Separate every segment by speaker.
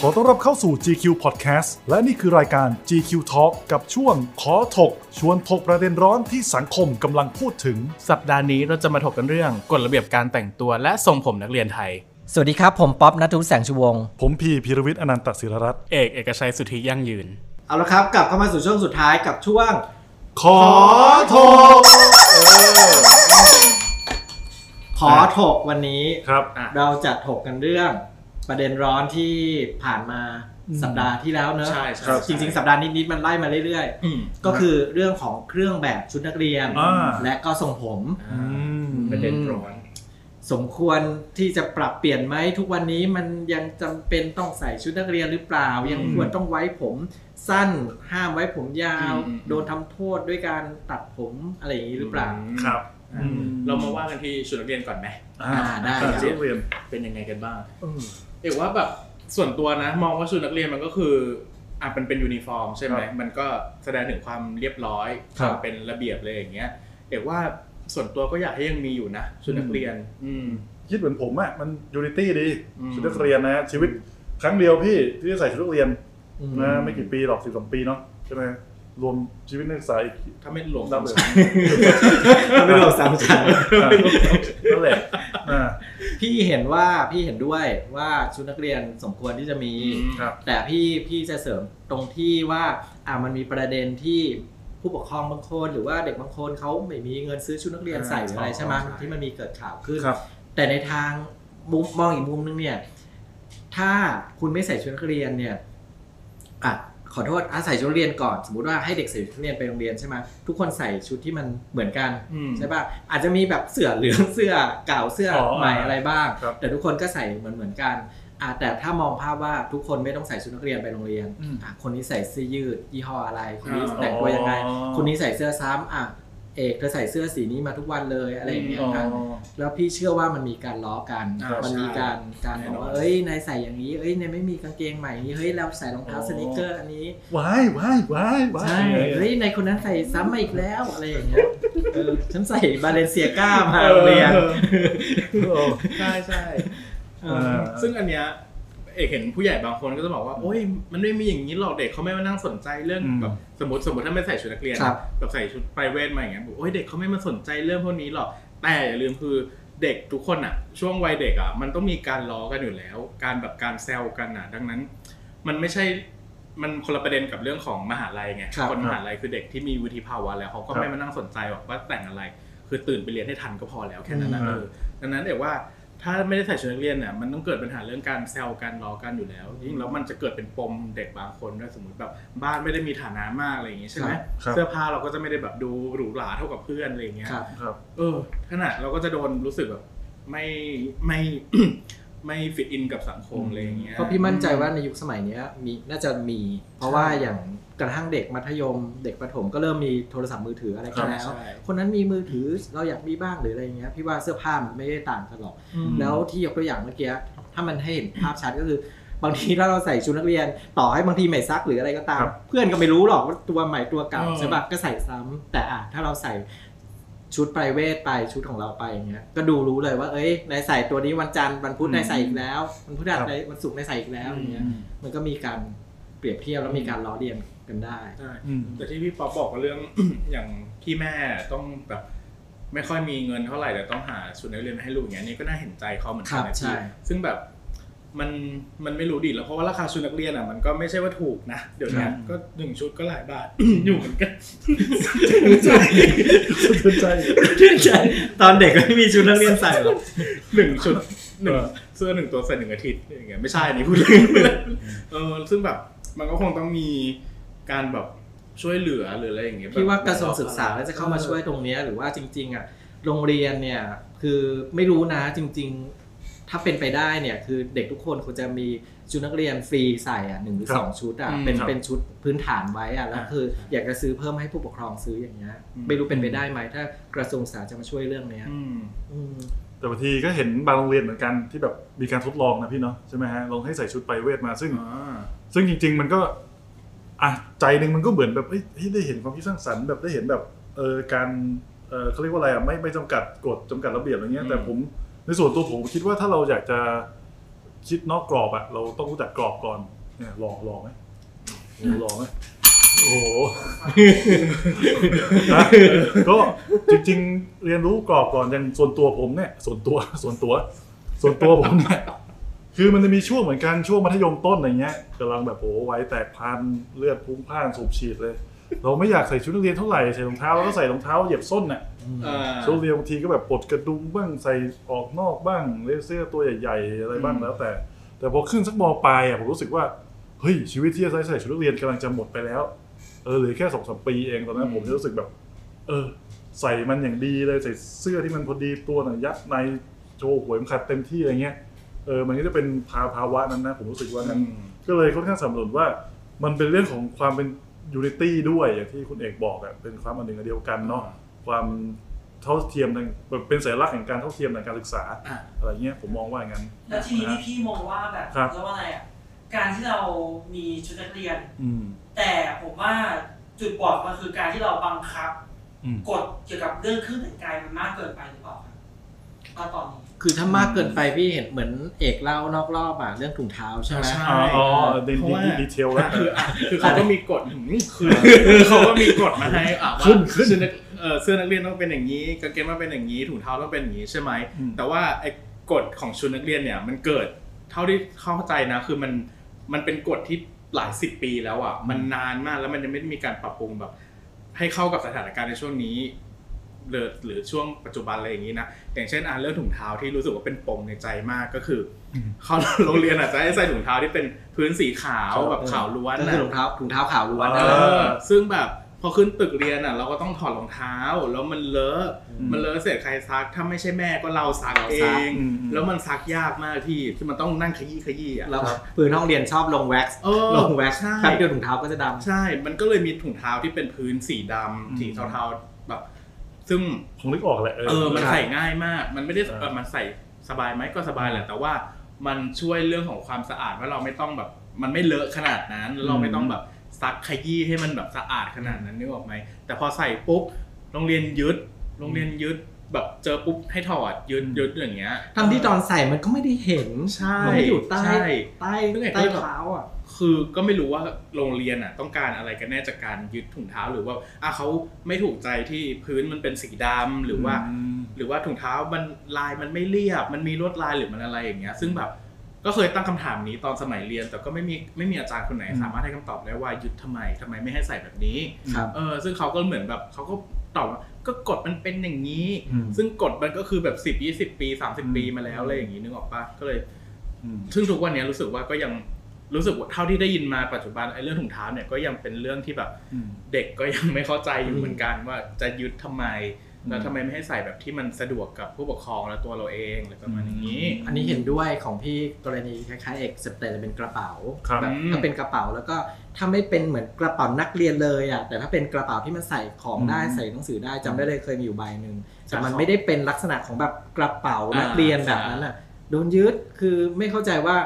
Speaker 1: ขอต้อนรับเข้าสู่ GQ Podcast และนี่คือรายการ GQ Talk กับช่วงขอถก ชวนถกประเด็นร้อนที่สังคมกำลังพูดถึง
Speaker 2: สัปดาห์นี้เราจะมาถกกันเรื่องกฎระเบียบการแต่งตัวและทรงผมนักเรียนไทย
Speaker 3: สวัสดีครับ ผมป๊อปนัทวุฒิแสงชูวงศ์
Speaker 1: ผมพีพีรวิทย์อนันตศิรรัตน์
Speaker 2: เอกเอกชัยสุทธิยั่งยืน
Speaker 4: เอาละครับ กลับเข้ามาสู่ช่วงสุดท้ายกับช่วง
Speaker 1: ขอถก
Speaker 4: ขอถกวันนี้
Speaker 1: ครับ
Speaker 4: เราจะถกกันเรื่อง ประเด็นร้อนที่ผ่านมาสัปดาห์ที่แล้วเนอะ
Speaker 2: ใช่ใช่ใช่
Speaker 4: จริงๆ สัปดาห์นิดๆมันไล่มาเรื่อยๆ ก็คือเรื่องของเครื่องแบบชุดนักเรียน
Speaker 1: อ่า
Speaker 4: และก็ทรงผม
Speaker 1: อืม
Speaker 2: ประเด็นร้อน
Speaker 4: สมควรที่จะปรับเปลี่ยนไหมทุกวันนี้มันยังจำเป็นต้องใส่ชุดนักเรียนหรือเปล่า ยัง
Speaker 2: อืม
Speaker 4: ควรต้องไว้ผมสั้น ห้ามไว้ผมยาว
Speaker 2: อืม
Speaker 4: โดนทำโทษด้วยการตัดผมอะไรอย่างนี้หรือเปล่า
Speaker 1: ครับ
Speaker 2: อืมเรามาว่ากันที่ชุดนักเรียนก่อนไหม
Speaker 1: อ่า
Speaker 4: อ่าได้ค
Speaker 1: การ
Speaker 4: รับ
Speaker 1: เรียนเรียน
Speaker 2: เป็นยังไงกันบ้าง เอกว่าแบบส่วนตัวนะ มองว่าชุดนักเรียนมันก็คืออ่ะมันเป็นยูนิฟอร์มใช่ไหม
Speaker 1: ครับ
Speaker 2: มันก็แสดงถึงความเรียบร้อยค
Speaker 4: ครับ
Speaker 2: วามเป็นระเบียบเลยอย่างเงี้ย เอกว่าส่วนตัวก็อยากให้ยังมีอยู่นะชุดนักเรียน อืม
Speaker 1: คิดเหมือนผมอะมันยูนิตี้ดี
Speaker 2: อืม
Speaker 1: ชุดนักเรียนนะ ชีวิตครั้งเดียวพี่ที่ได้ใส่ชุดนักเรียน
Speaker 4: อืม
Speaker 1: นะไม่กี่ปีหรอกสิบสองปีเนาะใช่ไหมรวมชีวิตนักศึกษาอีก
Speaker 2: ถ้าไม่หลง
Speaker 1: รับเลย
Speaker 4: ไม่รวมสามชั้น
Speaker 1: อ่ะ นั่นแหละอ่า
Speaker 4: พี่เห็นว่าพี่เห็นด้วยว่าชุดนักเรียนสมควรที่จะมี
Speaker 2: อืม
Speaker 1: ครับ
Speaker 4: แต่พี่พี่จะเสริมตรงที่ว่าอ่ามันมีประเด็นที่ผู้ปกครองบางคนหรือว่าเด็กบางคนเขาไม่มีเงินซื้อชุดนักเรียนใส่หรืออะไรใช่ไหม
Speaker 2: ใช่
Speaker 4: ที่มันมีเกิดข่าวขึ้น
Speaker 1: ครับ
Speaker 4: แต่ในทางมุมมองอีกมุมนึงเนี่ย ถ้าคุณไม่ใส่ชุดนักเรียนเนี่ยอ่ะขอโทษอาใส่ชุดนักเรียนก่อน สมมติว่าให้เด็กใส่ชุดนักเรียนไปโรงเรียนใช่ไหมทุกคนใส่ชุดที่มันเหมือนกัน
Speaker 2: อืม
Speaker 4: ใช่ป่ะอาจจะมีแบบเสื้อเหลืองเสื้อเก่าเสื้อ
Speaker 1: อ
Speaker 4: ใหม่อะไรบ้าง
Speaker 1: ครับ
Speaker 4: แต่ทุกคนก็ใส่เหมือนเหมือนๆกันอ่ะแต่ถ้ามองภาพว่าทุกคนไม่ต้องใส่ชุดนักเรียนไปโรงเรียน
Speaker 1: อืม
Speaker 4: อ่ะคนนี้ใส่เสื้อยืดยี่ห้ออะไร คนนี้
Speaker 2: อ๋อ
Speaker 4: แต่งตัวยังไง
Speaker 1: อ๋อ
Speaker 4: คนนี้ใส่เสื้อซ้ำอ่ะเอกเธอใส่เสื้อสีนี้มาทุกวันเลยอะไรอย่างเงี้ย
Speaker 2: อ๋อ
Speaker 4: อ่ะแล้วพี่เชื่อว่ามันมีการล้อกัน
Speaker 2: อ่ามั
Speaker 4: มันมี
Speaker 2: ใช่
Speaker 4: การการ
Speaker 2: แน่
Speaker 4: บอนก
Speaker 2: อน
Speaker 4: ว่าเอ้ยนายใส่อย่างนี้เอ้ยนายไม่มีกางเกงใหม่อย่างนี้เฮ้ยเราใส่รองเท้าสนิเกอร์อันนี้
Speaker 1: ว้ายว้ายว้ายว้าย
Speaker 4: ใช่เฮ้ ยในคนนั้นใส่ซ้ำมาอีกแล้วอะไรอย่างเงี้ยเออฉันใส่บาเลนเซียก้ามาโรงเรียน
Speaker 2: เออ
Speaker 1: เอ อ
Speaker 2: ใช่ใช่
Speaker 1: อ
Speaker 2: ซึ่งอันเนี้ยเอกเห็นผู้ใหญ่บางคนก็จะบอกว่าโอ้ยมันไม่มีอย่างนี้หรอกเด็กเขาไม่มานั่งสนใจเรื่อง
Speaker 1: อืม
Speaker 2: แบบสมมติสมมติถ้าไม่ใส่ชุดนักเรียน
Speaker 4: ครับ
Speaker 2: แบบใส่ชุดไพรเวทมาอย่างเงี้ยบอกโอ้ยเด็กเขาไม่มาสนใจเรื่องพวกนี้หรอกแต่อย่าลืมคือเด็กทุกคนอ่ะ ช่วงวัยเด็กอ่ะมันต้องมีการล้อกันอยู่แล้ว การแบบการแซวกันอ่ะดังนั้น มันไม่ใช่มันคนละประเด็นกับเรื่องของมหาลัยไง
Speaker 4: ครับ
Speaker 2: นมหาลัยคือเด็กที่มีวุฒิภาวะแล้วเขาก็ไม่มานั่งสนใจหรอกว่าแต่งอะไร คือตื่นไปเรียนให้ทันก็พอแล้วแค่นั้นนะ
Speaker 1: อืม
Speaker 2: เออ ดังนั้นเอกว่าถ้าไม่ได้ใส่ชุดนักเรียนเนี่ยมันต้องเกิดปัญหาเรื่องการแซวกันล้อกันอยู่แล้วยิ่งแล้วมันจะเกิดเป็นปมเด็กบางคนด้วยสมมติแบบบ้านไม่ได้มีฐานะมากอะไรอย่างงี้ใช่ไหม
Speaker 1: ครับ
Speaker 2: เสื้อผ้าเราก็จะไม่ได้แบบดูหรูหราเท่ากับเพื่อนอะไรอย่างเงี้ย
Speaker 4: ครับ
Speaker 1: ครับ
Speaker 2: เออขนาดเราก็จะโดนรู้สึกแบบไม่ไม่ ไม่ฟิตอินกับสังคมอะไรอย่างเงี้ย
Speaker 4: เพราะพี่มั่นใจว่าในยุคสมัยเนี้ยมีน่าจะมี เพราะว่าอย่างกระทั่งเด็กมัธยม เด็กประถมก็เริ่มมีโทรศัพท์มือถืออะไรกันแล้ว
Speaker 2: ใช่
Speaker 4: คนนั้นมีมือถือเราอยากมีบ้างหรืออะไรอย่างเงี้ยพี่ว่าเสื้อผ้ามันไม่ได้ต่างกันหรอก
Speaker 2: อืม
Speaker 4: แล้วที่ยกตัวอย่างเมื่อกี้ถ้ามันให้เห็นภาพชัดก็คือบางทีถ้าเราใส่ชุดนักเรียน ต่อให้บางทีไม่ซักหรืออะไรก็ตาม
Speaker 1: ครับ
Speaker 4: เพื่อนก็ไม่รู้หรอกว่าตัวใหม่ตัวเก่า
Speaker 2: เออ
Speaker 4: ใช่ปะก็ใส่ซ้ำแต่อ่ะถ้าเราใส่ชุด p r i v a t ไปชุดของเราไปอย่างเงี้ยก็ดูรู้เลยว่าเอ้ยนายใส่ตัวนี้วันจันทร์วันพุธนายใส่อีกแล้ววันพฤหัส
Speaker 1: ครับ
Speaker 4: นายวันศุกร์นายใส่อีกแล้วอย่างเงี้ยมันก็มีการเปรียบเทียบแล้วมีการล้อเลียนกัน ได้
Speaker 2: ใช่
Speaker 1: อืม
Speaker 2: แต่ที่พี่ป๊อปบอกก็เรื่อง อย่างที่แม่ต้องแบบไม่ค่อยมีเงินเท่าไหร่แต่ต้องหาชุดนักเรียนมาให้ลูกอย่างเงี้ยนี่ก็น่าเห็นใจเขาเหมือนกัน
Speaker 4: ครั
Speaker 2: นะ
Speaker 4: บใช่
Speaker 2: พี่ซึ่งแบบมันมันไม่รู้ดิแล้วเพราะว่าราคาชุดนักเรียนอ่ะมันก็ไม่ใช่ว่าถูกนะเดี๋ยวเนี้
Speaker 1: ค
Speaker 2: ย
Speaker 1: รับ
Speaker 2: ก็หนึ่งชุดก็หลายบาท อยู่เหมือนกัน
Speaker 1: สนใจ
Speaker 4: ตอนเด็กไม่มีชุดนักเรียนใส่หรอก
Speaker 2: หนึ่งชุดหนึ่ง
Speaker 1: เออ
Speaker 2: เสื้อหนึ่งตัวใส่หนึ่งอาทิตย์อย่างเงี้ยไม่ใช่อันนี่พูดเล่นเออซึ่งแบบมันก็คงต้องมีการแบบช่วยเหลือหรืออะไรอย่างเงี้ยแบบ
Speaker 4: พี่ว่ากระทรวงศึกษาน่าจะเข้ามาช่วยตรงเนี้ยหรือว่าจริง ๆอ่ะโรงเรียนเนี่ยคือไม่รู้นะจริง ๆ ถ้าเป็นไปได้เนี่ยคือเด็กทุกคนควรจะมีชุดนักเรียนฟรีใส่อ่ะหนึ่งหรือ
Speaker 1: ครับ
Speaker 4: สองชุดอ่ะ
Speaker 2: อืม
Speaker 4: เป็น
Speaker 1: ครับ
Speaker 4: เป็นชุดพื้นฐานไว้อ่ะแล้ว
Speaker 2: อ่า
Speaker 4: คืออยากจะซื้อเพิ่มให้ผู้ปกครองซื้ออย่างเงี้ย
Speaker 2: อืม
Speaker 4: ไม่รู้เป็นไปได้ไหมถ้ากระทรวงศึกษาจะมาช่วยเรื่องเนี้ย
Speaker 2: อืม
Speaker 4: อืม
Speaker 1: แต่บางทีก็เห็นบางโรงเรียนเหมือนกันที่แบบมีการทดลองนะพี่เนาะใช่ไหมฮะลองให้ใส่ชุดไปเวทมาซึ่ง ซึ่งจริง ๆ มันก็อ่ะใจหนึ่งมันก็เหมือนแบบเฮ้ยเฮ้ยได้เห็นความคิดสร้างสรรค์แบบได้เห็นแบบเออการเออเขาเรียกว่าอะไรอ่ะไม่ไม่จำกัดกฎจำกัดระเบียบอะไรเงี้ยแต่
Speaker 2: อืม
Speaker 1: ผมในส่วนตัวผมคิดว่าถ้าเราอยากจะ คิดนอกกรอบอะเราต้องรู้จักกรอบก่อนเนี่ยหลอกหลอกไหมโอ้โหหลอกไหมโอ้โหนะก็จริงๆ เรียนรู้กรอบก่อนอย่างส่วนตัวผมเนี่ย ส่วนตัวส่วนตัว ส่วนตัวผมเนี่ยคือมันจะมีช่วงเหมือนกันช่วงมัธยมต้นอะไรเงี้ยกำลังแบบโอ้ไวยแตกพลันเลือดพลุ่งพล่านสูบฉีดเลย เราไม่อยากใส่ชุดนักเรียนเท่าไหร่ใส่รองเท้าแล้วก็ใส่รองเท้าเหยียบส้นน่ะ
Speaker 2: อ่า
Speaker 1: ช่วงเรียนบางทีก็แบบปลดกระดุมบ้างใส่ออกนอกบ้างเลเซอร์ตัวใหญ่ๆ อะไรบ้างแล้วแต่ แต่พอขึ้นสักมปลายอ่ะผมรู้สึกว่าเฮ้ยชีวิตที่จะใช้ใส่ชุดนักเรียนกำลังจะหมดไปแล้ว เออเหรือแค่สองสามปีเองตอนนั้นผมจะรู้สึกแบบ เออ ใส่มันอย่างดีเลยใส่เสื้อที่มันพอดีตัวหน่อยยัดในโชว์หัวเข็มขัดเต็มที่อะไรเงี้ยเออมันก็จะเป็นภาภาวะนั้นนะผมรู้สึกว่านั้น ก็เลยค่อนข้างสนับสนุนว่ามันเป็นเรื่องของความเป็นยูนิตี้ด้วยอย่างที่คุณเอกบอกอะเป็นความอันหนึ่งอันเดียวกันเนาะความเท่าเทียมทางแบบเป็นสัญลักษณ์แห่งการเท่าเทียมทางการศึกษา
Speaker 2: อ่ะ
Speaker 1: อะไรเงี้ยผมมองว่าอย่างนั้น
Speaker 5: แล้วทีนี้นี่พี่มองว่าแบบ
Speaker 1: ครับ
Speaker 5: เรียกว่าอะไรอ่ะการที่เรามีชุดนักเรียน
Speaker 1: อืม
Speaker 5: แต่ผมว่าจุดบอดมันคือการที่เราบังคับ
Speaker 1: อืม
Speaker 5: กฎเกี่ยวกับเรื่องเครื่องแต่งกายมันมากเกินไปหรือเปล่าครับณตอนนี้
Speaker 4: คือถ้ามากเกินไปพี่เห็นเหมือนเอกเล่านอกรอบอ่ะเรื่องถุงเท้าใช่ไหม
Speaker 2: ใช่
Speaker 1: อ๋ออ๋อใน
Speaker 2: เพราะว่า
Speaker 1: ดีเทลแล้ว
Speaker 2: คืออ่ะคือเขาก็มีกฎหืมคือคือเขาก็มีกฎมาให้อ่ะว่า
Speaker 1: ขึ้นขึ้น
Speaker 2: เสื้อนักเอ่อเสื้อนักเรียนต้องเป็นอย่างนี้กางเกงต้องเป็นอย่างนี้ถุงเท้าต้องเป็นอย่างนี้ใช่ไหม
Speaker 1: อืม
Speaker 2: แต่ว่าไอ้กฎของชุดนักเรียนเนี่ยมันเกิดเท่าที่เข้าใจนะ คือมันมันเป็นกฎที่หลายสิบปีแล้วอ่ะมันนานมากแล้วมันยังไม่ได้มีการปรับปรุงแบบ ให้เข้ากับสถานการณ์ในช่วงนี้ หรือหรือช่วงปัจจุบันอะไรอย่างนี้นะอย่างเช่นอ่านเรื่องถุงเท้าที่รู้สึกว่าเป็นปมในใจมากก็คืออ
Speaker 1: ม
Speaker 2: เขาโรงเรียนอาจจะให้ใส่ถุงเท้าที่เป็นพื้นสีขาว
Speaker 4: ครับ
Speaker 2: แบบขาวล้วน
Speaker 4: ก็
Speaker 2: นะ
Speaker 4: คือถุงเท้าถุงเท้าขาวล้วน
Speaker 1: เอ
Speaker 4: นะ
Speaker 1: อ
Speaker 2: เออซึ่งแบบพอขึ้นตึกเรียนอ่ะ เราก็ต้องถอดรองเท้า แล้วมันเลอะ
Speaker 1: อืม
Speaker 2: มันเลอะเสร็จใครซัก ถ้าไม่ใช่แม่ก็เราซัก
Speaker 4: เรา
Speaker 2: เอ
Speaker 4: ซัก
Speaker 2: ง
Speaker 1: อืม
Speaker 2: แล้วมันซักยากมากที่ที่มันต้องนั่งขยี้ขยี้อ่ะ
Speaker 4: แล้วพื้นห้องเรียนชอบลงแว็กซ์
Speaker 2: เออ
Speaker 4: ลงแว็กซ์
Speaker 2: ใช่
Speaker 4: แป๊บเดียวถุงเท้าก็จะดำ
Speaker 2: ใช่ มันก็เลยมีถุงเท้าที่เป็นพื้นสีดำ
Speaker 1: อืม
Speaker 2: สีเทาๆแบบ ซึ่ง
Speaker 1: คงนึกออกแหละ
Speaker 2: เออ มัน
Speaker 4: ครับ
Speaker 2: ใส่ง่ายมาก มันไม่ได้
Speaker 1: เออ
Speaker 2: เออมันใส่สบายไหมก็สบายแหละ แต่ว่ามันช่วยเรื่องของความสะอาดว่าเราไม่ต้องแบบ มันไม่เลอะขนาดนั้น เราไม่ต้องแบบซักขยี้ให้มันแบบสะอาดขนาดนั้นนึกออกไหม แต่พอใส่ปุ๊บ โรงเรียนยึด โรงเรียนยึดแบบเจอปุ๊บให้ถอดยึดยึดอย่างเงี้ย
Speaker 4: ทั้งที่ตอนใส่มันก็ไม่ได้เห็น
Speaker 2: ใช่
Speaker 4: มันไม่อยู่ใต้
Speaker 2: ใช่
Speaker 4: ใต้
Speaker 2: ซึ่งไอ้
Speaker 4: ใต้เท้าอ่ะ
Speaker 2: คือก็ไม่รู้ว่าโรงเรียนอ่ะต้องการอะไรกันแน่จากการยึดถุงเท้าหรือว่าอ่ะเขาไม่ถูกใจที่พื้นมันเป็นสีดำหรือว่า
Speaker 1: อืม
Speaker 2: หรือว่าถุงเท้ามันลายมันไม่เรียบ มันมีลวดลายหรือมันอะไรอย่างเงี้ย ซึ่งแบบก็เคยตั้งคำถามนี้ตอนสมัยเรียน แต่ก็ไม่มีไม่มีอาจารย์คนไหน
Speaker 1: อืม
Speaker 2: สามารถให้คำตอบได้ว่ายึดทำไมทำไมไม่ให้ใส่แบบนี้
Speaker 4: ครับ
Speaker 2: เออซึ่งเขาก็เหมือนแบบเขาก็ตอบว่าก็กฎมันเป็นอย่างนี้
Speaker 1: อืม
Speaker 2: ซึ่งกฎมันก็คือแบบสิบยี่สิบปีสามสิบปีมาแล้วอะไรอย่างงี้นึกออกปะก็เลย
Speaker 1: อืม
Speaker 2: ซึ่งทุกวันเนี้ยรู้สึกว่าก็ยังรู้สึกว่าเท่าที่ได้ยินมาปัจจุบันไอ้เรื่องถุงเท้าเนี่ยก็ยังเป็นเรื่องที่แบบ เด็ก ก็ยังไม่เข้าใจอยู่เหมือนกันว่าจะยึดทำไม แล้วทำไมไม่ให้ใส่แบบที่มันสะดวกกับผู้ปกครองและตัวเราเองอะไรประมาณอย่างนี้
Speaker 4: อันนี้เห็นด้วยของพี่กรณีคล้ายๆเอกแต่จะเป็นกระเป๋า
Speaker 1: ครับ
Speaker 4: แบบถ้าเป็นกระเป๋าแล้วก็ถ้าไม่เป็นเหมือนกระเป๋านักเรียนเลยอ่ะแต่ถ้าเป็นกระเป๋าที่มันใส่ของได้
Speaker 1: อืม
Speaker 4: ใส่หนังสือได้จำได้เลยเคยมีอยู่ใบหนึ่งแต่มั
Speaker 2: ค
Speaker 4: น
Speaker 2: รับ
Speaker 4: ไม่ได้เป็นลักษณะของแบบกระเป๋านักเรียนแบบนั้นอ่ะโดนยึดคือไม่เข้าใจว่า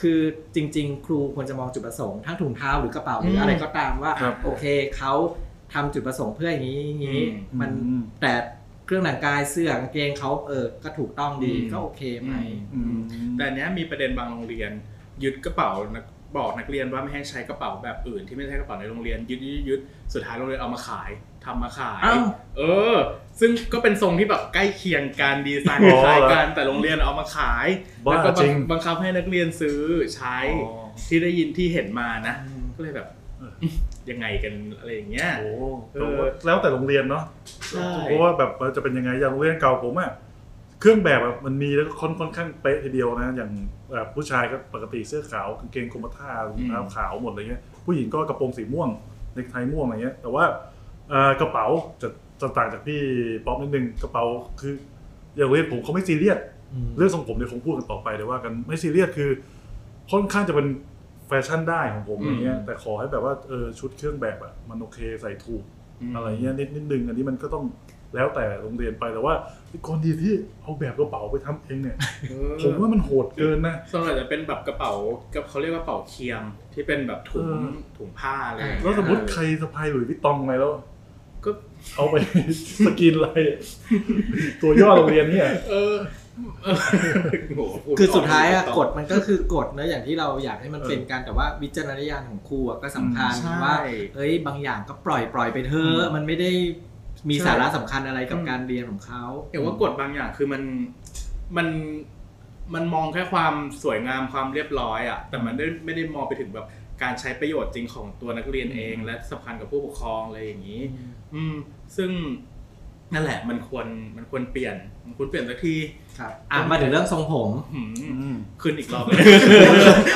Speaker 4: คือจริง ๆ ครูควรจะมองจุดประสงค์ทั้งถุงเท้าหรือกระเป๋าหรืออะไรก็ตามว่า
Speaker 1: ครับ
Speaker 4: โอเคเขาทำจุดประสงค์เพื่ออย่างนี้อย่างนี้
Speaker 2: อืม
Speaker 4: มัน
Speaker 1: อืม
Speaker 4: แต่เครื่องแต่งกายเสื้อกางเกงเขาเออ ก็ถูกต้องดี
Speaker 2: อืม
Speaker 4: ก็โอเคไหม
Speaker 1: อืม
Speaker 2: แต่อันเนี้ยมีประเด็นบางโรงเรียน ยึดกระเป๋านักบอกนักเรียนว่าไม่ให้ใช้กระเป๋าแบบอื่น ที่ไม่ใช่กระเป๋าในโรงเรียนยึดยึดยึดสุดท้ายโรงเรียนเอามาขายทำมาขาย
Speaker 4: อ้าว
Speaker 2: เออ ซึ่งก็เป็นทรงที่แบบใกล้เคียงการดีไซน์คล้ายๆกันแต่โรงเรียนเอามาขาย
Speaker 1: บ้า
Speaker 2: แล้วก็บั
Speaker 1: จริง
Speaker 2: บังคับให้นักเรียนซื้อใช้
Speaker 1: อ๋อ
Speaker 2: ที่ได้ยินที่เห็นมานะ
Speaker 4: อืม
Speaker 2: ก็เลยแบบ
Speaker 1: เออ
Speaker 2: ยังไงกันอะไรอย่างเงี้ย
Speaker 1: โอ้
Speaker 2: เออ
Speaker 1: แล้วแต่โรงเรียนเนาะ
Speaker 2: ใช่
Speaker 1: เพราะว่าแบบมันจะเป็นยังไงอย่างโรงเรียนเก่าผมอะเครื่องแบบอะมันมีแล้วก็ค่อนค่อนข้างเป๊ะทีเดียวนะ อย่างแบบผู้ชายก็ปกติเสื้อขาวกางเกงกรมท่ารองเท้าขาวหมดอะไรเงี้ยผู้หญิงก็กระโปรงสีม่วงเนคไทม่วงอะไรเงี้ย แต่ว่าเอ่อกระเป๋าจะจะต่างจากพี่ป๊อปนิดนึงกระเป๋าคือ อย่างโรงเรียนผมเขาไม่ซีเรียสเรื่องทรงผมเดี๋ยวคงพูดกันต่อไปเดี๋ยวว่ากันไม่ซีเรียสคือค่อนข้างจะเป็นแฟชั่นได้ของผมอะไรเงี้ยแต่ขอให้แบบว่าเออชุดเครื่องแบบอะมันโอเคใส่ถูก
Speaker 2: ม
Speaker 1: อะไรเงี้ยนิดนิดนึงอันนี้มันก็ต้องแล้วแต่โรงเรียนไปแต่ว่าคนดีที่เอาแบบกระเป๋าไปทำเองเนี่ย
Speaker 2: เออ
Speaker 1: ผมว่ามันโหดเกินนะ
Speaker 2: ส่วนใหญ่จะเป็นแบบกระเป๋ากับเขาเรียกว่ากระเป๋าเคียงที่เป็นแบบถุง
Speaker 1: เออ
Speaker 2: ถุงผ้าอะไรอย่างเงี้ย
Speaker 1: แล้วสมมติใครสะพายหลุยส์วิตตองไปแล้ว
Speaker 2: ก็
Speaker 1: เอาไป สกินอะไร ตัวย่อโรงเรียนเนี่ย
Speaker 2: เออ เออโหพูด
Speaker 4: คือสุดท้ายอะ
Speaker 2: ต่
Speaker 4: กฎมันก็คือกฎเนอะอย่างที่เราอยากให้มันเป็นกันแต่ว่าวิจารณญาณของครูอะก็สำคัญ
Speaker 2: อืมใช่
Speaker 4: ว่าเอ้ยบางอย่างก็ปล่อยปล่อยไปเถอะมันไม่ได้มี
Speaker 2: ใช่
Speaker 4: สาระสำคัญอะไรกับการเรียนของเขา
Speaker 2: เอ๋ว่ากฎบางอย่างคือมันมันมันมองแค่ความสวยงามความเรียบร้อยอะแต่มันได้ไม่ได้มองไปถึงแบบการใช้ประโยชน์จริงของตัวนักเรียนเอง และสำคัญกับผู้ปกครองอะไรอย่างนี้ อืม ซึ่งนั่นแหละมันควรมันควรเปลี่ยนมันควรเปลี่ยนสักที
Speaker 4: ครับอ่ะมาถึงเรื่องทรงผม
Speaker 2: หืม
Speaker 1: อืม
Speaker 2: ขึ้นอีกรอบเลย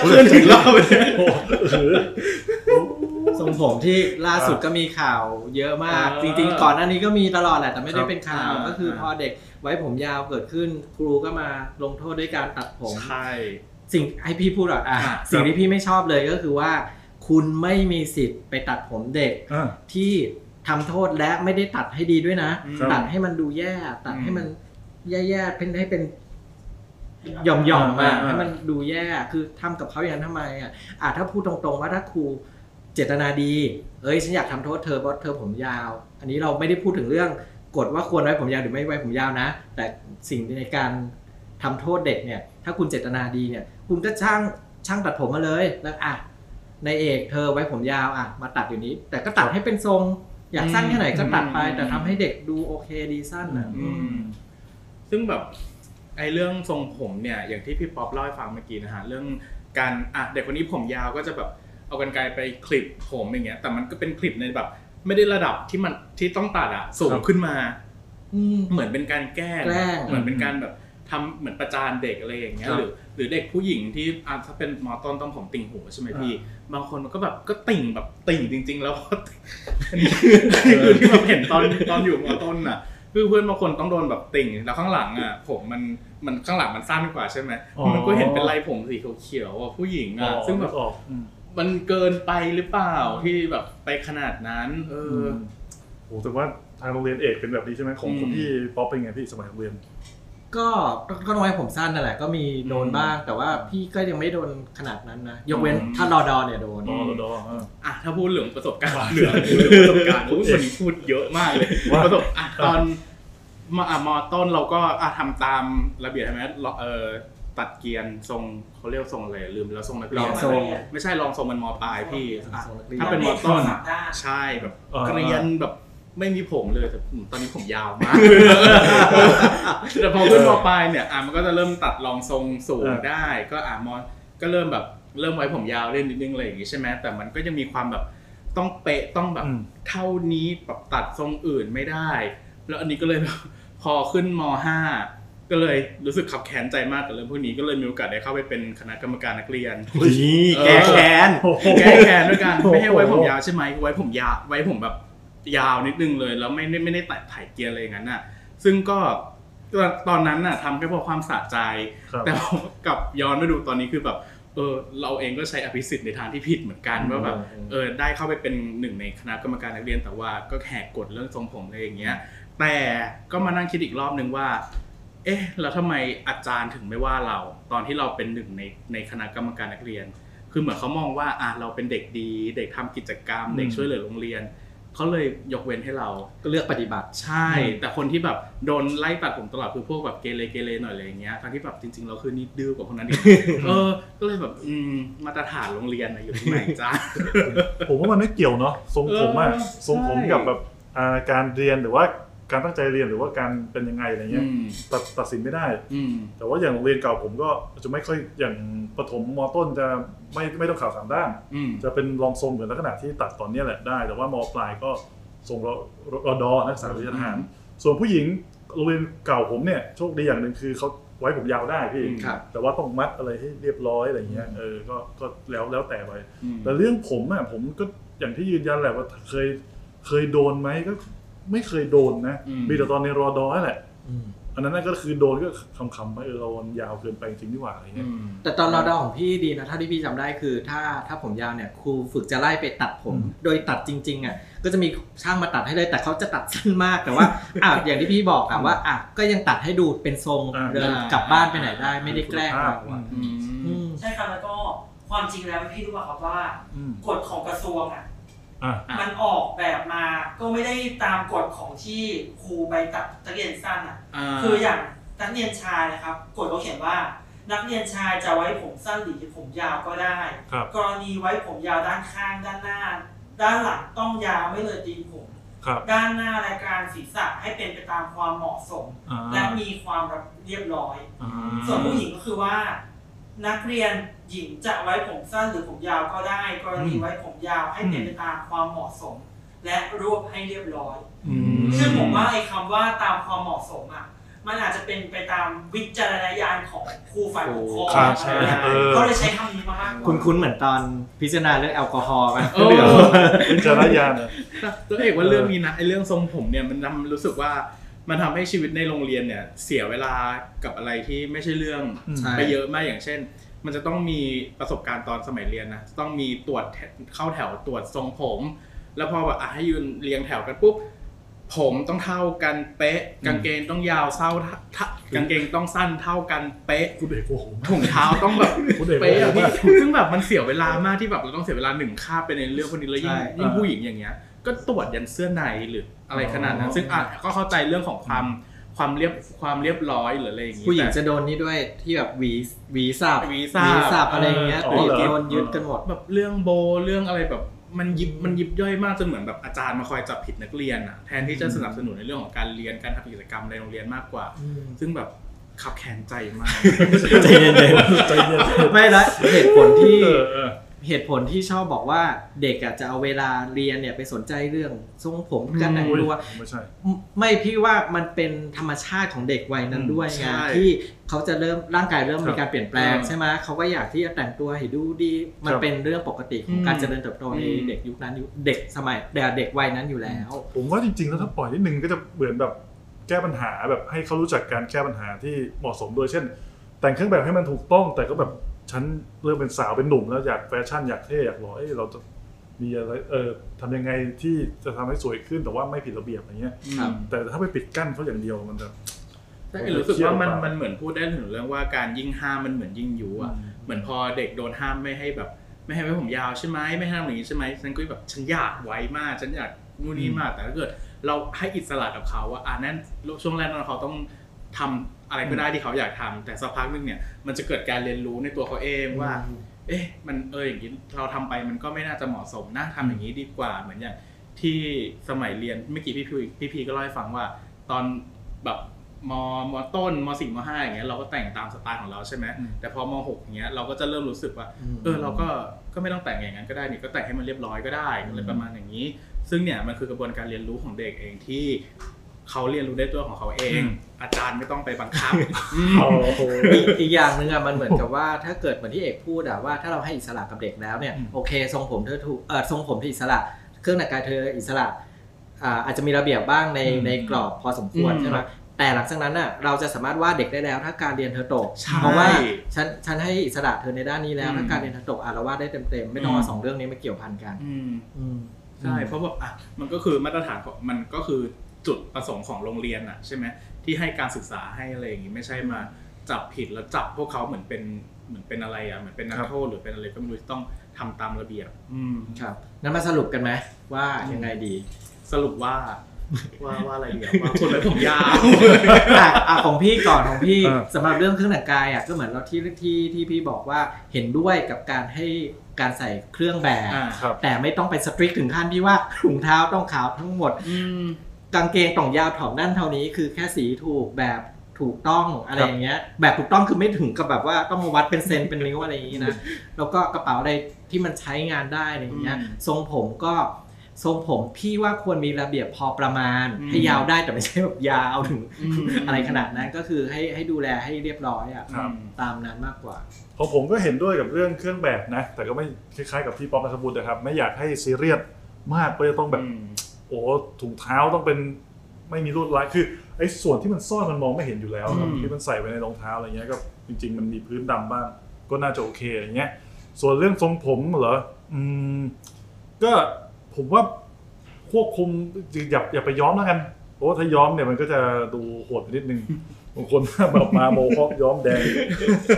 Speaker 2: ขึ้นอีกรอบเลย
Speaker 1: โอ้โหเออ
Speaker 4: ทรงผมที่ล่าสุด
Speaker 1: อ่า
Speaker 4: ก็มีข่าวเยอะมาก
Speaker 2: อ่า
Speaker 4: จริงๆก่อนหน้านี้ก็มีตลอดแหละ แต่ไม่
Speaker 1: ค
Speaker 4: ได้
Speaker 1: รับ
Speaker 4: เป็นข่าว
Speaker 2: อ่า
Speaker 4: ก็คืออา พอเด็กไว้ผมยาวเกิดขึ้น ครูก็มาลงโทษด้วยการตัดผม
Speaker 2: ใช่
Speaker 4: สิ่งให้พี่พูดก่อนอ่ะ
Speaker 2: อ่า
Speaker 4: สิ่ง
Speaker 1: ครับ
Speaker 4: ที่พี่ไม่ชอบเลยก็คือว่า คุณไม่มีสิทธิ์ไปตัดผมเด็ก
Speaker 1: อ่ะ
Speaker 4: ที่ทำโทษและไม่ได้ตัดให้ดีด้วยนะ
Speaker 1: ครับ
Speaker 4: ตัดให้มันดูแย่ ตัดให้มันแย่ๆเป็นให้เป็น ห
Speaker 5: ย
Speaker 4: ย่
Speaker 5: อ
Speaker 4: อ
Speaker 5: ม
Speaker 4: ม
Speaker 5: ย
Speaker 4: ย่
Speaker 5: อ
Speaker 4: อ
Speaker 5: ม
Speaker 4: ม
Speaker 5: มา
Speaker 4: มา
Speaker 1: อ่า
Speaker 4: ให้มันดูแย่คือทำกับเขาอย่างนั้นทำไมอ่ะอ่ะถ้าพูดตรงๆว่าถ้าครูเจตนาดี เอ้ยฉันอยากทำโทษเธอเพราะเธอผมยาว อันนี้เราไม่ได้พูดถึงเรื่องกฎว่าควรไว้ผมยาวหรือไม่ไว้ผมยาวนะ แต่สิ่งในการทำโทษเด็กเนี่ย ถ้าคุณเจตนาดีเนี่ย คุณก็ช่างช่างตัดผมมาเลยแล้วอ่ะในเอกเธอไว้ผมยาวอ่ะมาตัดอยู่นี้ แต่ก็ตัดให้เป็นทรง อยากสั้นแค่ไหนก็ตัดไป
Speaker 2: อืม
Speaker 4: แต่ทำให้เด็กดูโอเคดีสั้นนะ
Speaker 2: อืม ซึ่งแบบไอ้เรื่องทรงผมเนี่ย อย่างที่พี่ป๊อปเล่าให้ฟังเมื่อกี้นะฮะเรื่องการอ่ะเด็กคนนี้ผมยาวก็จะแบบเอากันไกลไปคลิปผมอย่างเงี้ย แต่มันก็เป็นคลิปในแบบ ไม่ได้ระดับที่มันที่ต้องตัดอะสู
Speaker 1: ครั
Speaker 2: ง
Speaker 1: บ
Speaker 2: ขึ้นมา เหมือนเป็นการแกล้ง
Speaker 4: แกล้ง
Speaker 2: เหมือนเป็นการแบบทำเหมือนประจานเด็กอะไรอย่างเงี้ย
Speaker 1: ครับ
Speaker 2: หรือหรือเด็กผู้หญิงที่อ่ะถ้าเป็นมอต้นต้องผมติ่งหัวใช่ไหมพี่ บางคนมันก็แบบก็ติ่งแบบติ่งจริง ๆ แล้วก็ติ่งอันนี้คืออันนี้คือที่เราเห็นตอนตอนอยู่มอต้นอ่ะคือเพื่อนบางคนต้องโดนแบบติ่งแล้วข้างหลังอ่ะผมมันมันข้างหลังมันสั้นกว่าใช่ไหม
Speaker 1: อ๋อ
Speaker 2: มันก็เห็นเป็นลายผมสีเขียวๆอ่ะผู้หญิงอ่ะซึ่งแบบ
Speaker 1: ออกอืม
Speaker 2: มันเกินไปหรือเปล่าที่แบบไปขนาดนั้น เออ
Speaker 1: โอ้แต่ว่าทางโรงเรียนเอกเป็นแบบนี้ใช่ไหมของ
Speaker 2: อืม
Speaker 1: ของพี่ป๊อปเป็นไงพี่สมัยโรงเรียน
Speaker 4: ก็ก็น้อยผมสั้นนั่นแหละก็มีโดนบ้าง แต่ว่าพี่ก็ยังไม่โดนขนาดนั้นนะ ยกเว้น
Speaker 2: อืม
Speaker 4: ถ้ารอดอเนี่ยโดน
Speaker 1: รอรอดอเออ
Speaker 2: อ่ะถ้าพูดเหลืองประสบการณ์เหลืองประสบการณ์พูดคนนี้พูดเยอะมากเลย
Speaker 1: ว่า
Speaker 2: ประสบอ่ะตอนมอ่ะมอต้นเราก็อ่ะทำตามระเบียบใช่ไหมเราเออตัดเกรียนทรงเขาเรียกทรงอะไรลืมแล้วทรงนักเรียน
Speaker 4: รองทรง
Speaker 2: ไม่ใช่รองทรงมันมอปลายพี่อ่ะ
Speaker 5: ถ้า
Speaker 2: ถ้า
Speaker 5: เป็
Speaker 2: เป็น น
Speaker 5: ม
Speaker 2: ม
Speaker 5: อ
Speaker 2: อ
Speaker 5: ต้
Speaker 2: ต้
Speaker 5: น
Speaker 2: น
Speaker 5: สามด้าน
Speaker 2: ใช่แบบ
Speaker 1: อ่า
Speaker 2: เกรียนแบบไม่มีผมเลยแต่อืมตอนนี้ผมยาว มากแต่พอขึ้นมอปลายเนี่ยอ่ะมันก็จะเริ่มตัดรองทรงสูงได้ ก็อ่ะมอ ก็เริ่มแบบเริ่มไว้ผมยาวเล่นนิดนึงอะไรอย่างงี้ใช่ไหมแต่มันก็ยังมีความแบบต้องเป๊ะต้องแบบ
Speaker 1: อืม
Speaker 2: เท่านี้แบบตัดทรงอื่นไม่ได้ แล้วอันนี้ก็เลยแบบ พอขึ้นมห้าก็เลยรู้สึกขับแค้นใจมากกับเรื่องพวกนี้ก็เลยมีโอกาสได้เข้าไปเป็นคณะกรรมการนักเรียน
Speaker 1: นี่
Speaker 2: แก้แค้
Speaker 1: น
Speaker 2: แก้แค้นด้วยกัน
Speaker 1: โอ้โห
Speaker 2: ไม่ให้ไว้ผมยาวใช่ไหมไว้ผมยาวไว้ผมแบบยาวนิดนึงเลย แล้วไม่ได้ไม่ได้ตัดถ่ายเกียร์อะไรอย่างนั้นน่ะ ซึ่งก็ตอนนั้นน่ะทำแค่เพราะความสะใจ
Speaker 1: ครับ
Speaker 2: แต่ ผมกลับย้อนมาดูตอนนี้คือแบบเออเราเองก็ใช้อภิสิทธิ์ในทางที่ผิดเหมือนกันว่าแบบเออได้เข้าไปเป็นหนึ่งในคณะกรรมการนักเรียนแต่ว่าก็แหกกฎเรื่องทรงผมอะไรอย่างเงี้ย แต่ก็มานั่งคิดอีกรอบนึงว่า เอ๊ะแล้วทำไมอาจารย์ถึงไม่ว่าเรา ตอนที่เราเป็นหนึ่งในในคณะกรรมการนักเรียน คือเหมือนเขามองว่าอ่ะเราเป็นเด็กดี เด็กทำกิจกรรม เด็กช่วยเหลือโรงเรียนเขาเลยยกเว้นให้เรา
Speaker 4: ก็เลือกปฏิบัติ
Speaker 2: ใช่ แต่คนที่แบบโดนไล่ตัดผมตลอดคือพวกแบบเกเรเกเรหน่อยอะไรอย่างเงี้ยทั้งที่แบบจริงๆเราคือนิดดื้อกว่าคนนั้นอีก เออ ก็เลยแบบอืมมาตรฐานโรงเรียนนะอยู่ที่ไหนจ้า
Speaker 1: ผมว่ามันไม่เกี่ยวเนาะทรงผมอะ
Speaker 2: เออ
Speaker 1: ทรงผม
Speaker 2: ใช่
Speaker 1: กับแบบอ่าการเรียนหรือว่าการตั้งใจเรียนหรือว่าการเป็นยังไงอะไร
Speaker 2: อื
Speaker 1: เงี้ย
Speaker 2: ม
Speaker 1: ตัดตัดสินไม่ได้
Speaker 2: อืม
Speaker 1: แต่ว่าอย่างโรงเรียนเก่าผมก็จะไม่ค่อยอย่างประถมมต้นจะไม่ไม่ต้องข่าวสามด้าน
Speaker 2: อืม
Speaker 1: จะเป็นรองทรงเหมือนลักษณะที่ตัดตอนเนี้ยแหละได้ แต่ว่ามปลายก็ทรงรอรรอดอนักศึกษาวิทยาทหาร ส่วนผู้หญิงโรงเรียนเก่าผมเนี่ยโชคดีอย่างหนึ่งคือเขาไว้ผมยาวได้พี่
Speaker 2: อืมครับ
Speaker 1: แต่ว่าต้องมัดอะไรให้เรียบร้อยอะไรเงี้ยเออก็ก็แล้วแล้วแต่ไป
Speaker 2: อืม
Speaker 1: แต่เรื่องผมอะผมก็อย่างที่ยืนยันแหละว่าเคยเคยโดนไหมก็ไม่เคยโดนนะ
Speaker 2: อืม
Speaker 1: มีแต่ตอนในรอดอแหละ อันนั้นนะก็คือโดนก็คำๆไปเออเรายาวเกินไปจริงนี่หว่าอะไร
Speaker 2: อื
Speaker 1: เงี้ย
Speaker 2: ม
Speaker 4: แต่ตอนรอดอของพี่ดีนะถ้าที่พี่จำได้คือ ถ้าถ้าผมยาวเนี่ยครูฝึกจะไล่ไปตัดผม
Speaker 1: อืม
Speaker 4: โดยตัดจริงๆอ่ะก็จะมีช่างมาตัดให้เลยแต่เขาจะตัดสั้นมากแต่ว่า อ่ะอย่างที่พี่บอกอะว่าอ่ะก็ยังตัดให้ดูเป็นทรงเดินกลับบ้านไปไหนได้ ไม่ได้แกล้งเราอะ
Speaker 2: อืม
Speaker 4: อืม
Speaker 5: ใช่ครับแล้วก็ความจริงแล้วพี่รู้ป่ะครับว่า
Speaker 1: อืม
Speaker 5: กฎของกระทรวงอ่ะ
Speaker 1: อ่ะ
Speaker 2: อ่ะ
Speaker 5: มันออกแบบมาก็ไม่ได้ตามกฎของที่ครูใบตัดนักเรียนสั้นอ่ะ
Speaker 2: อ่า
Speaker 5: คืออย่าง นักเรียนชายนะครับกฎเขาเขียนว่า นักเรียนชายจะไว้ผมสั้นหรือผมยาวก็ได้
Speaker 1: ครับ
Speaker 5: กรณีไว้ผมยาวด้านข้างด้านหน้า ด้านหลังต้องยาวไม่เลยตีนผม
Speaker 1: ครับ
Speaker 5: ด้านหน้าและกลารศีรษะให้เป็นไปตามความเหมาะสม
Speaker 1: อ่า
Speaker 5: และมีความเรียบร้อย
Speaker 1: อ่า
Speaker 5: ส่วนผู้หญิงก็คือว่า นักเรียนหญิงจะไว้ผมสั้นหรือผมยาวก็ได้ กรณีไว้ผมยาวให้เป็นไปตามความเหมาะสม และรวบให้เรียบร้อย
Speaker 1: อืม
Speaker 5: ซึ่งผมว่าไอ้คำว่าตามความเหมาะสมอ่ะมันอาจจะเป็นไปตามวิจารณญาณของครูฝ่ายปกครอง
Speaker 1: ครับ
Speaker 5: อะไรอย่างเงี้ย
Speaker 1: เออ
Speaker 5: เขาเลยใช้คำนี้มามากกว่า
Speaker 4: คุณคุณเหมือนตอนพิจารณาเรื่องแอลกอฮอล์กัน
Speaker 2: เออ
Speaker 4: เหลือง
Speaker 1: วิจารณญาณอะ
Speaker 2: ตัวเอกว่าเรื่องนี้นะไอเรื่องทรงผมเนี่ยมันทำรู้สึกว่ามันทำให้ชีวิตในโรงเรียนเนี่ยเสียเวลากับอะไรที่ไม่ใช่เรื่อง
Speaker 1: อืม
Speaker 4: ใช่
Speaker 2: ไปเยอะมากอย่างเช่น มันจะต้องมีประสบการณ์ตอนสมัยเรียนนะต้องมีตรวจแถเข้าแถวตรวจทรงผม แล้วพอแบบอ่ะให้ยืนเรียงแถวกันปุ๊บผมต้องเท่ากันเป๊ะ กางเกงต้องยาวเท่าเท่ากางเกงต้องสั้นเท่ากันเป๊ะ
Speaker 1: คุณเอกโอ้โหมาก
Speaker 2: ถุงเท้าต้องแบบ
Speaker 1: คุณเอก
Speaker 2: เป๊ะอะ
Speaker 1: บอกว่า
Speaker 2: พี่ซึ่งแบบมันเสียเวลามากที่แบบเราต้องเสียเวลาหนึ่งคาบไปในเรื่องคนนี้แล้วยิ่ง
Speaker 1: ใช่
Speaker 2: ยิ่งผู้หญิงอย่างเงี้ย ก็ตรวจยันเสื้อในหรืออะไรขนาดนั้
Speaker 1: อ๋
Speaker 2: น
Speaker 1: อ
Speaker 2: ซึ่งอ่ะก็เข้าใจเรื่องของความความเรียบความเรียบร้อยหรืออะไรอย่างงี้
Speaker 4: ผู้หญิง
Speaker 2: แต่
Speaker 4: จะโดนนี่ด้วยที่แบบหวีหวีสับ
Speaker 2: หวีสับ
Speaker 4: สับอะไรอย่างเงี้ย
Speaker 1: เอออ๋อเหรอ
Speaker 4: โดนยึดกันหมด
Speaker 2: แบบเรื่องโบเรื่องอะไรแบบมันยิบมันยิบย่อยมากจนเหมือนแบบอาจารย์มาคอยจับผิดนักเรียนอะแทนที่จะสนับสนุนในเรื่องของการเรียนการทำกิจกรรมในโรงเรียนมากกว่า ซึ่งแบบขับแขนใจมาก
Speaker 4: ใจเย็น
Speaker 1: ใจเย็น
Speaker 4: ๆไม่ละเหตุผลที่
Speaker 1: เออเออ
Speaker 4: เหตุผลที่ชอบบอกว่าเด็กอะจะเอาเวลาเรียนเนี่ยไปสนใจเรื่องทรงผมการแต่งตัว
Speaker 1: ไม่ใช่
Speaker 4: ไม่พี่ว่ามันเป็นธรรมชาติของเด็กวัยนั้นด้วย
Speaker 2: อืม
Speaker 4: ไง
Speaker 2: ใช่
Speaker 4: ที่เขาจะเริ่มร่างกายเริ่ม
Speaker 1: ครับ
Speaker 4: มีการเปลี่ยนแปลง
Speaker 2: อืม
Speaker 4: ใช่ไหมเขาก็อยากที่จะแต่งตัวให้ดูดี มัน
Speaker 1: ครับ
Speaker 4: เป็นเรื่องปกติของการ
Speaker 2: อืม
Speaker 4: เจริญเติบโตใน
Speaker 2: อืม
Speaker 4: เด็กยุคนั้นยุคเด็กสมัยเด็กเด็กวัยนั้นอยู่แล้ว
Speaker 1: ผมว่าจริงๆ แล้วถ้าปล่อยนิดนึงก็จะเหมือนแบบแก้ปัญหาแบบให้เขารู้จักการแก้ปัญหาที่เหมาะสมด้วยเช่น แต่งเครื่องแบบให้มันถูกต้อง แต่ก็แบบฉันเริ่มเป็นสาวเป็นหนุ่มแล้วอยากแฟชั่นอยากเท่อยากหล่อเอ้ยเราจะมีอะไรเออทำยังไงที่จะทำให้สวยขึ้นแต่ว่าไม่ผิดระเบียบอะไรเงี้ย
Speaker 4: ครับ
Speaker 1: แต่ถ้าไปปิดกั้นเขาอย่างเดียวมันจะ
Speaker 2: ใช่รู้สึกว่ามันมันเหมือนพูดได้ถึงเรื่องว่าการยิ่งห้ามมันเหมือนยิ่งยุอะ
Speaker 1: อืม
Speaker 2: เหมือนพอเด็กโดนห้ามไม่ให้แบบ ไม่ให้ไว้ผมยาวใช่ไหมไม่ให้ทำอย่างนี้ใช่ไหมฉันก็แบบฉันอยากไว้มากฉันอยากนู่นนี่มากแต่ถ้าเกิด เราให้อิสระกับเขาว่าอ่านั้นช่วงแรกนั้นเขาต้องทำอะไรก็ได้ที่เขาอยากทำแต่สักพักหนึงเนี่ยมันจะเกิดการเรียนรู้ในตัวเขาเองว่า เอ๊ะมันเอออย่างนี้เราทำไปมันก็ไม่น่าจะเหมาะสมนะทำอย่างนี้ดีกว่าเหมือนอย่างที่สมัยเรียนเมื่อกี้พี่พีพี่พีก็เล่าให้ฟังว่า ตอนแบบมมต้นมสี่มห้าอย่างเงี้ยเราก็แต่งตามสไตล์ของเราใช่ไหม
Speaker 1: อืม
Speaker 2: แต่พอมหกอย่างเงี้ยเราก็จะเริ่มรู้สึกว่า เออเราก็ก็ไม่ต้องแต่งอย่างนั้นก็ได้นี่ก็แต่งให้มันเรียบร้อยก็ได้อะไรประมาณอย่างนี้ ซึ่งเนี่ยมันคือกระบวนการเรียนรู้ของเด็กเองที่เขาเรียนรู้ได้วยตัวของเขาเอง
Speaker 1: อืม
Speaker 2: อาจารย์ไม่ต้องไปบังคับ
Speaker 1: โอ้โห
Speaker 4: อีกอีกอย่างหนึ่งอะมันเหมือนกับว่าถ้าเกิดเหมือนที่เอกพูดอะว่าถ้าเราให้อิสระกับเด็กแล้วเนี่ย
Speaker 1: อืม
Speaker 4: โอเค ทรงผมเธอถูกเออทรงผมเธออิสระ เครื่องแต่งกายเธออิสระอ่าอาจจะมีระเบียบบ้างใน
Speaker 1: อืม
Speaker 4: ในกรอบพอสมควร
Speaker 2: อืม
Speaker 4: ใช่ไหมแต่หลังจากนั้นน่ะเราจะสามารถว่าเด็กได้แล้ว ถ้าการเรียนเธอตก
Speaker 2: ใช่
Speaker 4: เพราะว่าฉันฉันให้อิสระเธอในด้านนี้แล้ว
Speaker 2: อืม
Speaker 4: ถ้าการเรียนเธอตกอ่ะเราว่าได้เต็มๆไม่ต้องเอา
Speaker 2: อืม
Speaker 4: สองเรื่องนี้มาเกี่ยวพันกัน
Speaker 2: อืม
Speaker 4: อืม
Speaker 2: ใช่เพราะแบบอ่ะมันก็คือมาตรฐานของมันก็คือจุดประสงค์ของโรงเรียนอ่ะใช่ไหมที่ให้การศึกษาให้อะไรอย่างงี้ไม่ใช่มาจับผิดแล้วจับพวกเขาเหมือนเป็นเหมือนเป็นอะไรอ่ะเหมือนเป็นนัก
Speaker 1: ครับ
Speaker 2: โทษหรือเป็นอะไรก็ไม่รู้ที่ต้องทำตามระเบียบ อืม
Speaker 4: ครับงั้นมาสรุปกันไหมว่ายังไงดี
Speaker 2: สรุปว่าว่าว่าอะไรเนี่ยว่า คนไร้ผมยาว
Speaker 4: อ่ะอ่ะของพี่ก่อนของพี่
Speaker 1: เออ
Speaker 4: สำหรับเรื่องเครื่องแต่งกายอ่ะก็เหมือนเราที่ที่ที่พี่บอกว่าเห็นด้วยกับการให้การใส่เครื่องแบบ
Speaker 2: อ่า
Speaker 1: ครับ
Speaker 4: แต่ไม่ต้องไปสตริกถึงขั้นที่ว่าถุงเท้าต้องขาวทั้งหมด
Speaker 2: อืม
Speaker 4: กางเกงต่องยาวถอมด้านเท่านี้คือแค่สีถูกแบบถูกต้องอะไรอย่างเงี้ย แบบถูกต้องคือไม่ถึงกับแบบว่าต้องมาวัดเป็นเซนเป็นนิ้วอะไรอย่างงี้นะ แล้วก็กระเป๋าอะไรที่มันใช้งานได้อะไรอย่างเงี้ย
Speaker 2: อืม
Speaker 4: ทรงผมก็ทรงผมพี่ว่าควรมีระเบียบพอประมาณ
Speaker 2: อืม
Speaker 4: ให้ยาวได้แต่ไม่ใช่แบบยาวถึง
Speaker 2: อืม
Speaker 4: อะไรขนาดนั้นก็คือให้ให้ดูแลให้เรียบร้อยอ่ะ
Speaker 1: ครับ
Speaker 4: ตามนั้นมากกว่า
Speaker 1: พอผมก็เห็นด้วยกับเรื่องเครื่องแบบนะ แต่ก็ไม่คล้ายๆกับพี่ป๊อปนัทบุตรนะครับ ไม่อยากให้ซีเรียสมากก็จะต้องแบบ
Speaker 2: อืม
Speaker 1: โอ้ถุงเท้าต้องเป็นไม่มีลวดลายคือไอ้ส่วนที่มันซ่อนมันมองไม่เห็นอยู่แล้วครับ
Speaker 2: อืม
Speaker 1: ที่มันใส่ไว้ในรองเท้าอะไรเงี้ยก็จริง ๆ มันมีพื้นดำบ้าง ก็น่าจะโอเคอะไรเงี้ย ส่วนเรื่องทรงผมเหรออืมก็ผมว่าควบคุมอย่าอย่าไปย้อมแล้วกันเพราะว่าถ้าย้อมเนี่ยมันก็จะดูโหดไปนิดนึง บางคน แบบมาโมฮอกย้อมแดง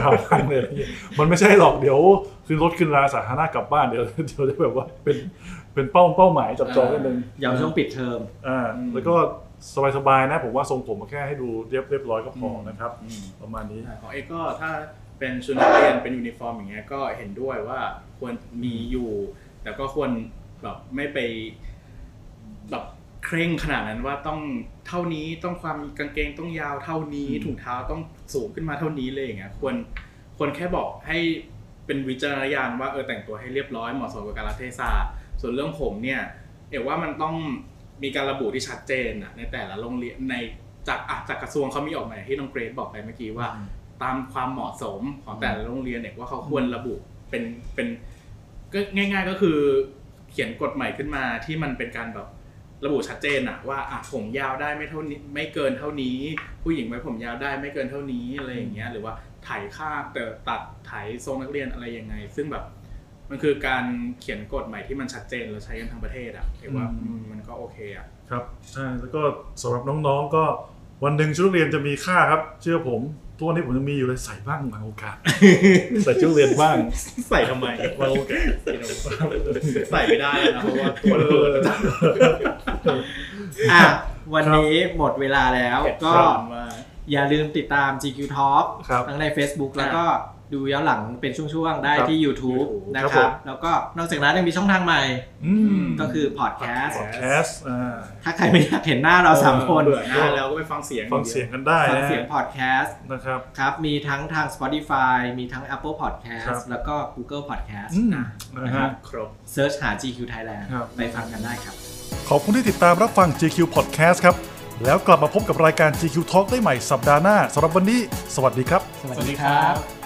Speaker 1: ชาวพันเลยอะไรเงี้ยมันไม่ใช่หรอกเดี๋ยวขึ้นรถขึ้นราสาธารณะกลับบ้านเดี๋ยว เดี๋ยวจะแบบว่าเป็นเป็นเป้าเป้าหมายจับจองกันหนึ่ง
Speaker 4: ยาวช่วงปิดเทอม
Speaker 1: อ่า
Speaker 2: อืม
Speaker 1: แล้วก็ สบายๆนะ ผมว่าทรงผมก็แค่ให้ดูเรียบเรียบร้อยก็พอนะครับ
Speaker 2: อืม
Speaker 1: ประมาณนี้
Speaker 2: ของเอกก็ถ้าเป็นชุดนักเรียนเป็นยูนิฟอร์มอย่างเงี้ยก็เห็นด้วยว่าควรมีอยู่ แต่ก็ควรแบบไม่ไปแบบเคร่งขนาดนั้นว่าต้องเท่านี้ต้องความกางเกงต้องยาวเท่านี้
Speaker 1: อืม
Speaker 2: ถุงเท้าต้องสูงขึ้นมาเท่านี้เลยอย่างเงี้ยควรควรแค่บอกให้เป็นวิจารณญาณว่าเออแต่งตัวให้เรียบร้อยเหมาะสมกับการรัเทศะส่วนเรื่องผมเนี่ย เอกว่ามันต้องมีการระบุที่ชัดเจนอะในแต่ละโรงเรียนในจากอ่ะจากกระทรวงเขามีออกมาอย่างที่น้องเกรซบอกไปเมื่อกี้ว่า ตามความเหมาะสมของแต่ละโรงเรียนเนี่ยว่าเขาควรระบุเป็นเป็นก็ง่าย ๆก็คือเขียนกฎใหม่ขึ้นมาที่มันเป็นการแบบระบุชัดเจนอะว่าอ่ะผมยาวได้ไม่เท่านี้ไม่เกินเท่านี้ ผู้หญิงไว้ผมยาวได้ไม่เกินเท่านี้อะไรอย่างเงี้ยหรือว่าไถ่ายค่าแต่ตัดไถ่ายทรงนักเรียนอะไรยังไง ซึ่งแบบมันคือการเขียนกฎใหม่ที่มันชัดเจนแล้วใช้กันทั้งประเทศอะเห็นว่า
Speaker 1: อืม
Speaker 2: มันก็โอเคอะ
Speaker 1: ครับใช่แล้วก็สำหรับน้องๆก็วันหนึ่งชุดนักเรียนจะมีค่าครับ เชื่อผมตัวนี้ผมยังมีอยู่เลยใส่บ้างบางโอกาส ใส่ชุดนักเรียนบ้าง
Speaker 2: ใส่ทำไม
Speaker 1: บางโอกาส
Speaker 2: ใส่ไม่ได้นะเพราะว่าตัวเปิ ด
Speaker 4: อ่ะวันนี้หมดเวลาแล้วก็
Speaker 2: ก็มา
Speaker 4: อย่าลืมติดตาม GQ Talk
Speaker 1: ครับ
Speaker 4: ทั้งใน Facebook แล้วก็ดูย้อนหลังเป็นช่วงๆ ได้ที่ YouTube นะค
Speaker 1: ครั
Speaker 4: รับ
Speaker 1: บผม
Speaker 4: แล้วก็นอกจากนั้นยังมีช่องทางใหม่
Speaker 1: อืม
Speaker 4: ก็คือ Podcast
Speaker 1: พอดแคสต์อ่า
Speaker 4: ถ้าใครไม่อยากเห็นหน้าเราสามคน
Speaker 2: เบื่อหน้าแล้วก็ไปฟังเสียง
Speaker 1: ฟังเสียงกันได้
Speaker 4: ฟัง
Speaker 1: นะ
Speaker 4: เสียง Podcast
Speaker 1: นะครับ
Speaker 4: ครับ มีทั้งทาง Spotify มีทั้ง Apple
Speaker 1: ครั
Speaker 4: Podcast
Speaker 1: บ
Speaker 4: แล้วก็ Google Podcast
Speaker 1: อืม
Speaker 4: นะ
Speaker 1: นะฮะ
Speaker 2: ครบ
Speaker 4: เซิร์ชหา GQ Thailand
Speaker 1: ครับ
Speaker 4: ไปฟังกันได้ครับ
Speaker 1: ขอบคุณที่ติดตามรับฟัง GQ Podcast ครับ แล้วกลับมาพบกับรายการ GQ Talk ได้ใหม่สัปดาห์หน้าสำหรับวันนี้ สวัสดีครับ
Speaker 3: สวัสดีครับ